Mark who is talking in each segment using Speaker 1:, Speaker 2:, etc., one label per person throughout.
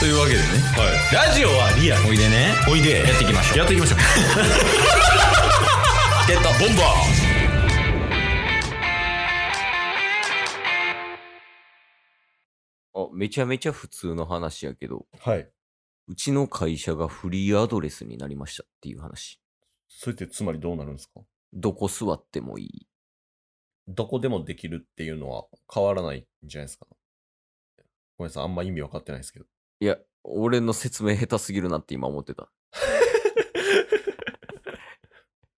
Speaker 1: というわけでね
Speaker 2: はい。ラジオはリアル。
Speaker 1: おいでね
Speaker 2: おいで。
Speaker 1: やっていきましょう
Speaker 2: やってい きましょう。
Speaker 1: ゲットボンバ
Speaker 3: あ、めちゃめちゃ普通の話やけど、
Speaker 2: はい。
Speaker 3: うちの会社がフリーアドレスになりましたっていう話。
Speaker 2: それってつまりどうなるんですか
Speaker 3: どこ座ってもいい。
Speaker 2: どこでもできるっていうのは変わらないんじゃないですかごめんなさい、あんま意味分かってないですけど。
Speaker 3: いや、俺の説明下手すぎるなって今思っ てた。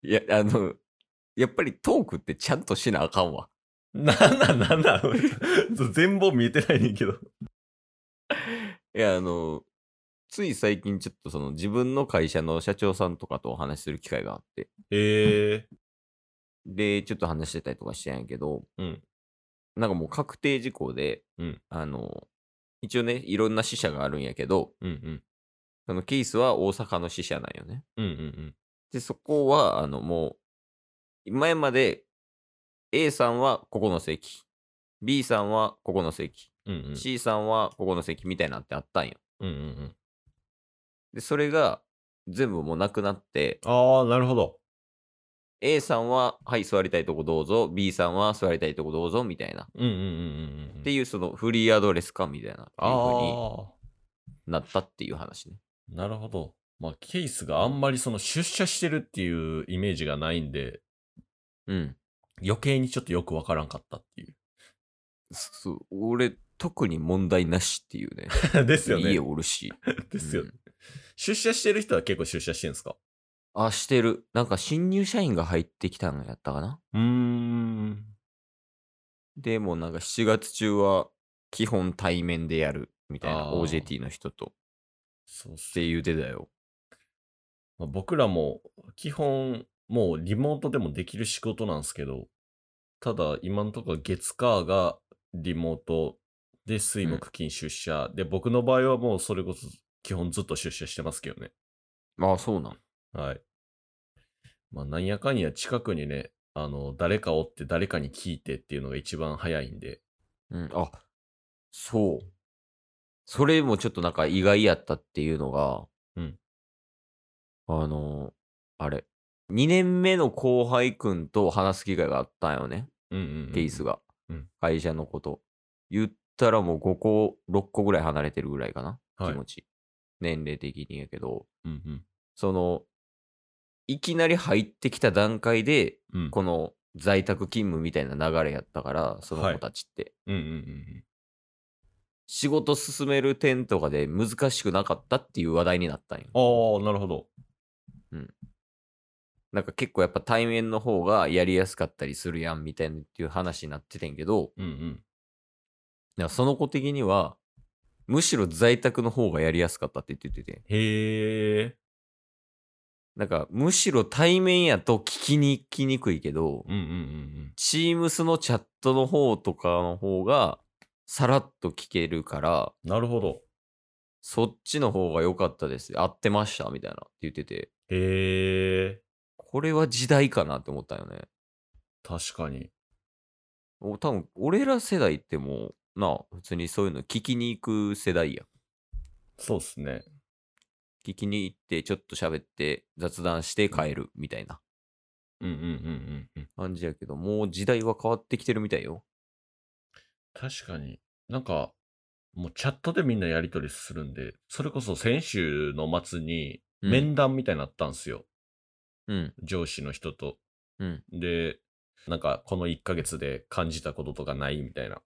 Speaker 3: いや、あの、やっぱりトークってちゃんとしなあかんわ。
Speaker 2: なんなんなんなん全貌見えてないねんけど。
Speaker 3: いや、あの、つい最近ちょっとその自分の会社の社長さんとかとお話しする機会があって、
Speaker 2: ええ
Speaker 3: で、ちょっと話してたりとかしてんやけど、
Speaker 2: うん
Speaker 3: なんかもう確定事項で、
Speaker 2: うん
Speaker 3: あの、一応ね、いろんな支社があるんやけど、
Speaker 2: うんうん。
Speaker 3: そのケースは大阪の支社なんよね。
Speaker 2: うんうん
Speaker 3: で、そこは、あの、もう、前まで A さんはここの席、B さんはここの席、
Speaker 2: うん。うんうん。
Speaker 3: C さんはここの席みたいなってあったんよ。
Speaker 2: うんうんうん。
Speaker 3: で、それが全部もうなくなって、
Speaker 2: ああ、なるほど。
Speaker 3: A さんは、はい、座りたいとこどうぞ、B さんは座りたいとこどうぞ、みたいな。
Speaker 2: うんうんうんうんうん。
Speaker 3: っていう、そのフリーアドレス化みたいな、っていう風に
Speaker 2: ああ。
Speaker 3: なったっていう話ね。
Speaker 2: なるほど。まあ、ケースがあんまりその出社してるっていうイメージがないんで、
Speaker 3: うん。
Speaker 2: 余計にちょっとよくわからんかったっていう。
Speaker 3: そう、俺、特に問題なしっていうね。
Speaker 2: ですよね
Speaker 3: 家。おるし。
Speaker 2: ですよね
Speaker 3: うん。
Speaker 2: 出社してる人は結構出社してるんですか
Speaker 3: あ、してる。なんか新入社員が入ってきたのやったかな。
Speaker 2: うーん。
Speaker 3: でもうなんか7月中は基本対面でやるみたいな
Speaker 2: あー
Speaker 3: OJT の人とっ
Speaker 2: そうっす
Speaker 3: て言うてたよ。
Speaker 2: まあ僕らも基本もうリモートでもできる仕事なんですけど、ただ今のところ月火がリモートで水
Speaker 3: うん
Speaker 2: 木金出社、で僕の場合はもうそれこそ基本ずっと出社してますけどね。
Speaker 3: ああ、そうなん。
Speaker 2: はい。まあ、なんやかんや近くにね、あの、誰かおって誰かに聞いてっていうのが一番早いんで。
Speaker 3: うん。あ、そう。それもちょっとなんか意外やったっていうのが、
Speaker 2: うん。
Speaker 3: あのー、あれ。2年目の後輩くんと話す機会があったんよね。
Speaker 2: うんうん、うん。
Speaker 3: ケイスが。
Speaker 2: うん
Speaker 3: 会社のこと。言ったらもう5個、6個ぐらい離れてるぐらいかな。
Speaker 2: はい
Speaker 3: 気持ち。年齢的にやけど。
Speaker 2: うんうん。
Speaker 3: その、いきなり入ってきた段階で、
Speaker 2: うん。
Speaker 3: この在宅勤務みたいな流れやったから、その
Speaker 2: はい
Speaker 3: 子たちって。
Speaker 2: うんうんうん
Speaker 3: 仕事進める点とかで難しくなかったっていう話題になったんよ。
Speaker 2: うん。ああ、なるほど。
Speaker 3: なんか結構やっぱ対面の方がやりやすかったりするやんみたいなっていう話になっててんけど、
Speaker 2: うんうん。
Speaker 3: いやその子的には、むしろ在宅の方がやりやすかったって言ってて。
Speaker 2: へえ。
Speaker 3: なんか、むしろ対面やと聞きに行きにくいけど、
Speaker 2: うんうんうん
Speaker 3: チームスのチャットの方とかの方がさらっと聞けるから、
Speaker 2: うん。なるほど。
Speaker 3: そっちの方が良かったです。合ってましたみたいなって言ってて、
Speaker 2: へえ。
Speaker 3: これは時代かなって思ったよね。
Speaker 2: 確かに。
Speaker 3: お多分、俺ら世代ってもう、なあ、普通にそういうの聞きに行く世代やん。
Speaker 2: そうっすね。
Speaker 3: 聞きに行って、ちょっと喋って、雑談して帰るみたいな
Speaker 2: うんうんうんうんうん。
Speaker 3: 感じやけど、もう時代は変わってきてるみたいよ。
Speaker 2: 確かに。なんか、もうチャットでみんなやりとりするんで、それこそ先週の末に
Speaker 3: うん
Speaker 2: 面談みたいになったんすよ。
Speaker 3: うん、
Speaker 2: 上司の人と。
Speaker 3: うん、
Speaker 2: で、なんかこの1ヶ月で感じたこととかないみたいな。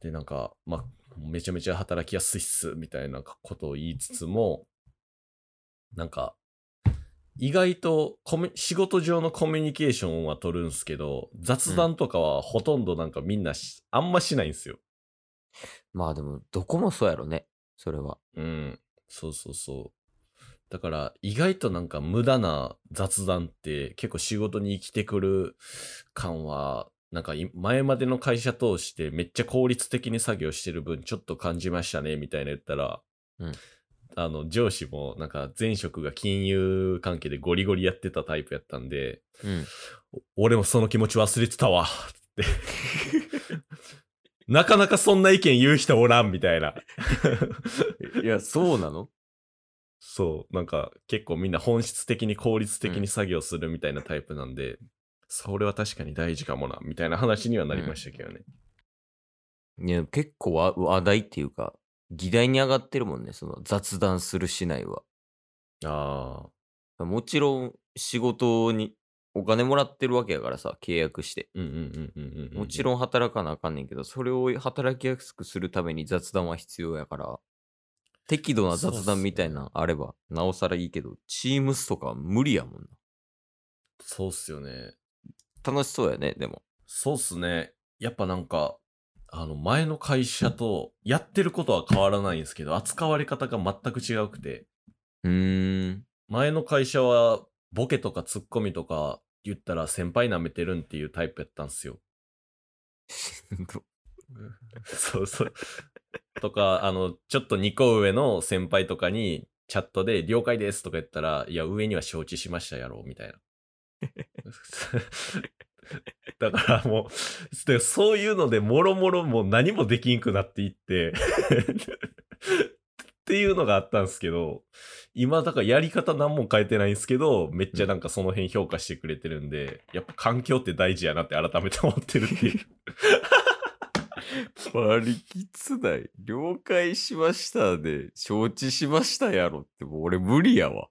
Speaker 2: で、なんか、まあ、めちゃめちゃ働きやすいっすみたいなことを言いつつも、なんか、意外とコミュ仕事上のコミュニケーションは取るんすけど、雑談とかはほとんどなんかみんなしあんましないんすよ。
Speaker 3: まあでも、どこもそうやろね。それは。
Speaker 2: うん。そうそうそう。だから、意外となんか無駄な雑談って結構仕事に生きてくる感は、なんかい前までの会社通してめっちゃ効率的に作業してる分ちょっと感じましたねみたいな言ったら、
Speaker 3: うん
Speaker 2: あの上司もなんか前職が金融関係でゴリゴリやってたタイプやったんで、
Speaker 3: うん。
Speaker 2: お俺もその気持ち忘れてたわ。ってなかなかそんな意見言う人おらんみたいな。
Speaker 3: いや、そうなの
Speaker 2: そう、なんか結構みんな本質的に効率的に作業するみたいなタイプなんで、それは確かに大事かもな、みたいな話にはなりましたけどね。
Speaker 3: いや、結構わ話題っていうか、議題に上がってるもんね、その雑談するしないは。
Speaker 2: あ
Speaker 3: もちろん仕事にお金もらってるわけやからさ、契約して。
Speaker 2: あ、うんうんうんうんうんうん。
Speaker 3: もちろん働かなあかんねんけど、それを働きやすくするために雑談は必要やから、適度な
Speaker 2: そうっ
Speaker 3: 雑
Speaker 2: すね
Speaker 3: 談みたいなのあれば、なおさらいいけど、チームスとかは無理やもんな。
Speaker 2: そうっすよね。
Speaker 3: 楽しそうやね、でも。
Speaker 2: そうっすね。やっぱなんか、あの前の会社とやってることは変わらないんですけど、扱われ方が全く違うくて、
Speaker 3: うーん。
Speaker 2: 前の会社はボケとかツッコミとか言ったら先輩舐めてるんっていうタイプやったんすよ。 そうそう。とか、あの、ちょっと2個上の先輩とかに、チャットで了解ですとか言ったら、いや、上には承知しましたやろ、みたいな。 だからもう、でそういうので、もろもろもう何もできんくなっていって、っていうのがあったんですけど、今、だからやり方何も変えてないんですけど、めっちゃなんかその辺評価してくれてるんで、やっぱ環境って大事やなって改めて思ってるっていう。
Speaker 3: 馬力つない。了解しましたで、承知しましたやろって、もう俺無理やわ。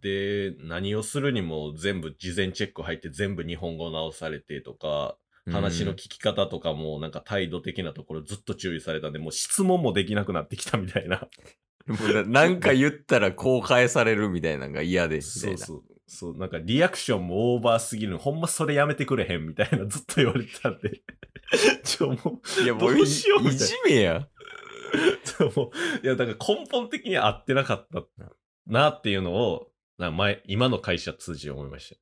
Speaker 2: で何をするにも全部事前チェック入って全部日本語直されてとか話の聞き方とかもなんか態度的なところずっと注意されたんでもう質問もできなくなってきたみたいな
Speaker 3: もうななんか言ったらこう返されるみたいなのが嫌でみたい
Speaker 2: そう
Speaker 3: な。
Speaker 2: そうそうなんかリアクションもオーバーすぎるほんまそれやめてくれへんみたいなずっと言われてたんで ちょも
Speaker 3: いや、も
Speaker 2: ど
Speaker 3: ういう
Speaker 2: しようみたい
Speaker 3: い
Speaker 2: な
Speaker 3: じめや。
Speaker 2: うちょもういやだから根本的に合ってなかったなっていうのをなんか前今の会社通じて思いました
Speaker 3: い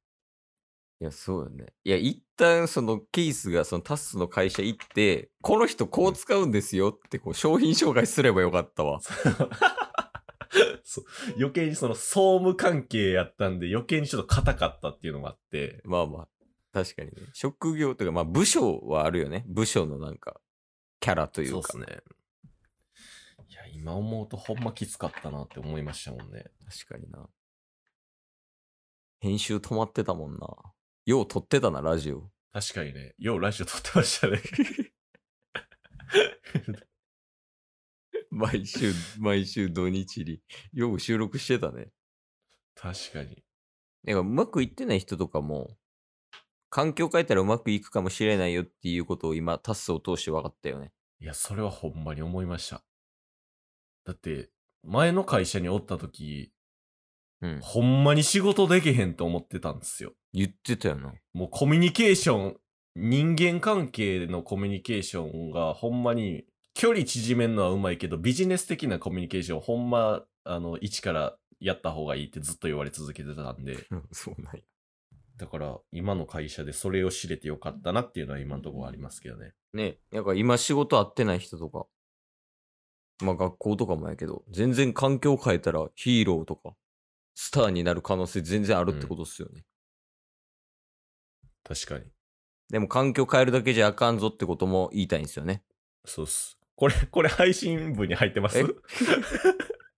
Speaker 3: や、そうよね。いや、一旦そのケースがそのタスの会社行って、この人こう使うんですよってこう商品紹介すればよかったわ。
Speaker 2: そう余計にその総務関係やったんで余計にちょっと硬かったっていうのもあって
Speaker 3: まあまあ、確かにね。職業というか、まあ部署はあるよね。部署のなんか、キャラというか。
Speaker 2: ねいや今思うとほんまきつかったなって思いましたもんね
Speaker 3: 確かにな。編集止まってたもんな。よう撮ってたな、ラジオ。
Speaker 2: 確かにねようラジオ撮ってましたね
Speaker 3: 毎週、毎週土日に。よう収録してたね。
Speaker 2: 確かに
Speaker 3: なんかうまくいってない人とかも、環境変えたらうまくいくかもしれないよっていうことを今、タスを通して分かったよね。
Speaker 2: いやそれはほんまに思いましただって前の会社におった時
Speaker 3: うん。
Speaker 2: ほんまに仕事できへんと思ってたんですよ
Speaker 3: 言ってたよな。
Speaker 2: もうコミュニケーション、人間関係のコミュニケーションがほんまに距離縮めるのはうまいけど、ビジネス的なコミュニケーションほんま、あの、一からやった方がいいってずっと言われ続けてたんで、
Speaker 3: そうなんや。
Speaker 2: だから今の会社でそれを知れてよかったなっていうのは今のところありますけどね。
Speaker 3: ねなんか今仕事合ってない人とか、まあ学校とかもやけど、全然環境変えたらヒーローとか、スターになる可能性全然あるってことっすよね。
Speaker 2: 確かに。
Speaker 3: でも環境変えるだけじゃあかんぞってことも言いたいんですよね。
Speaker 2: そうっす。これ、 これ配信部に入ってます
Speaker 3: え
Speaker 2: い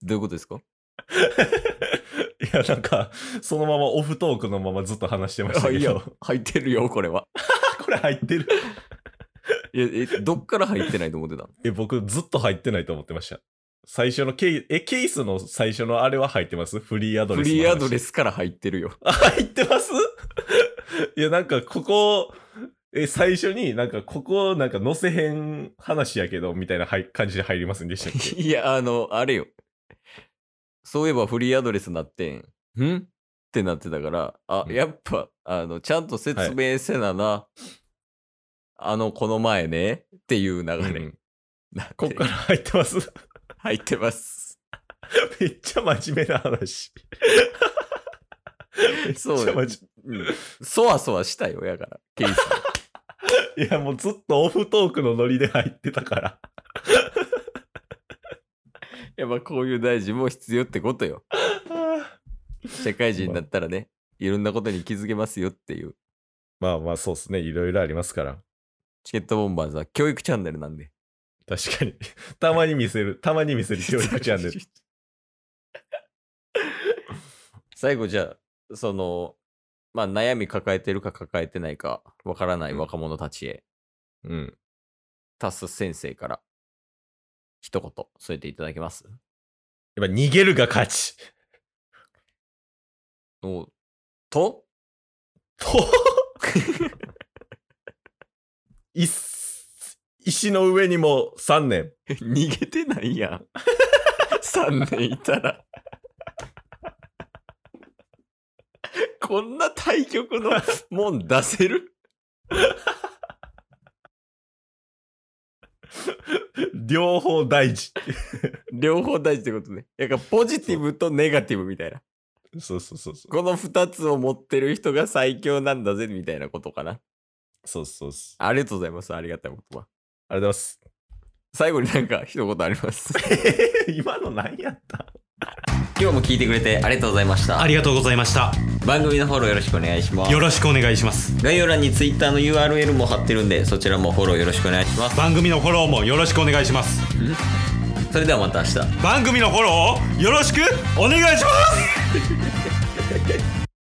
Speaker 3: どういうこと ですか
Speaker 2: や、なんか、そのままオフトークのままずっと話してましたけ ど、、
Speaker 3: 入ってるよ、これは。
Speaker 2: これ入ってる。
Speaker 3: いや、え、どっから入ってないと思ってたの
Speaker 2: え、僕ずっと入ってないと思ってました。最初のケース、え、ケースの最初のあれは入ってますフリーアドレ
Speaker 3: フ
Speaker 2: スの話。
Speaker 3: リーアドレ
Speaker 2: ス。
Speaker 3: スから入ってるよ。
Speaker 2: 入ってます いや、なんかここ、え、最初になんかここなんか載せへん話やけど、みたいなはい感じで入りますんで したっけ
Speaker 3: いや、あの、あれよ。そういえばフリーアドレスなってん。 んってなってたから、あ、
Speaker 2: うん
Speaker 3: やっぱ、あの、ちゃんと説明せなな。あの、この前ね。っていう流
Speaker 2: うんう
Speaker 3: れ。
Speaker 2: ん
Speaker 3: なんで
Speaker 2: ここから入ってます
Speaker 3: 入ってます。
Speaker 2: めっちゃ真面目な 話。
Speaker 3: そ
Speaker 2: めっ
Speaker 3: う
Speaker 2: ちゃ
Speaker 3: よ
Speaker 2: 真面
Speaker 3: うん。そわそわしたよ、やから。ケイさん。
Speaker 2: いや、もうずっとオフトークのノリで入ってた から。
Speaker 3: やっぱこういう大事も必要ってことよ。社会人になったらね、いろんなことに気づけますよっていう。
Speaker 2: まあまあ、そうっすね。いろいろありますから。
Speaker 3: チケットボンバーズは教育チャンネルなんで。
Speaker 2: 確かに。 たまに見せる、たまに見せる教育チャンネル。
Speaker 3: 最後じゃあ、その、まあ悩み抱えてるか抱えてないかわからない若者たちへ、
Speaker 2: うん。
Speaker 3: タス先生から一言添えていただけます
Speaker 2: やっぱ逃げるが勝ち。
Speaker 3: おと
Speaker 2: といっす 石の上にも3年。
Speaker 3: 逃げてないやん。3年いたら。 こんな対局 のもん出せる
Speaker 2: 両方大事。
Speaker 3: 両方大事ってことね。やっぱポジティブとネガティブみたいな。
Speaker 2: そうそうそうそう。
Speaker 3: この2つを持ってる人が最強なんだぜみたいなことかな。
Speaker 2: そうそうそう。
Speaker 3: ありがとうございます。ありがたい言葉。
Speaker 2: ありがとうございます。
Speaker 3: 最後になんか一言あります。
Speaker 2: 今の何やった
Speaker 3: 今日も聞いてくれてありがとうございました
Speaker 1: あ。りがとうございました。
Speaker 3: 番組のフォローよろしくお願いします
Speaker 1: よ。ろしくお願いします。
Speaker 3: 概要欄に Twitter の URL も貼ってるんで、そちらもフォローよろしくお願いします。
Speaker 1: 番組のフォローもよろしくお願いします。
Speaker 3: それではまた明日。
Speaker 1: 番組のフォローをよろしくお願いします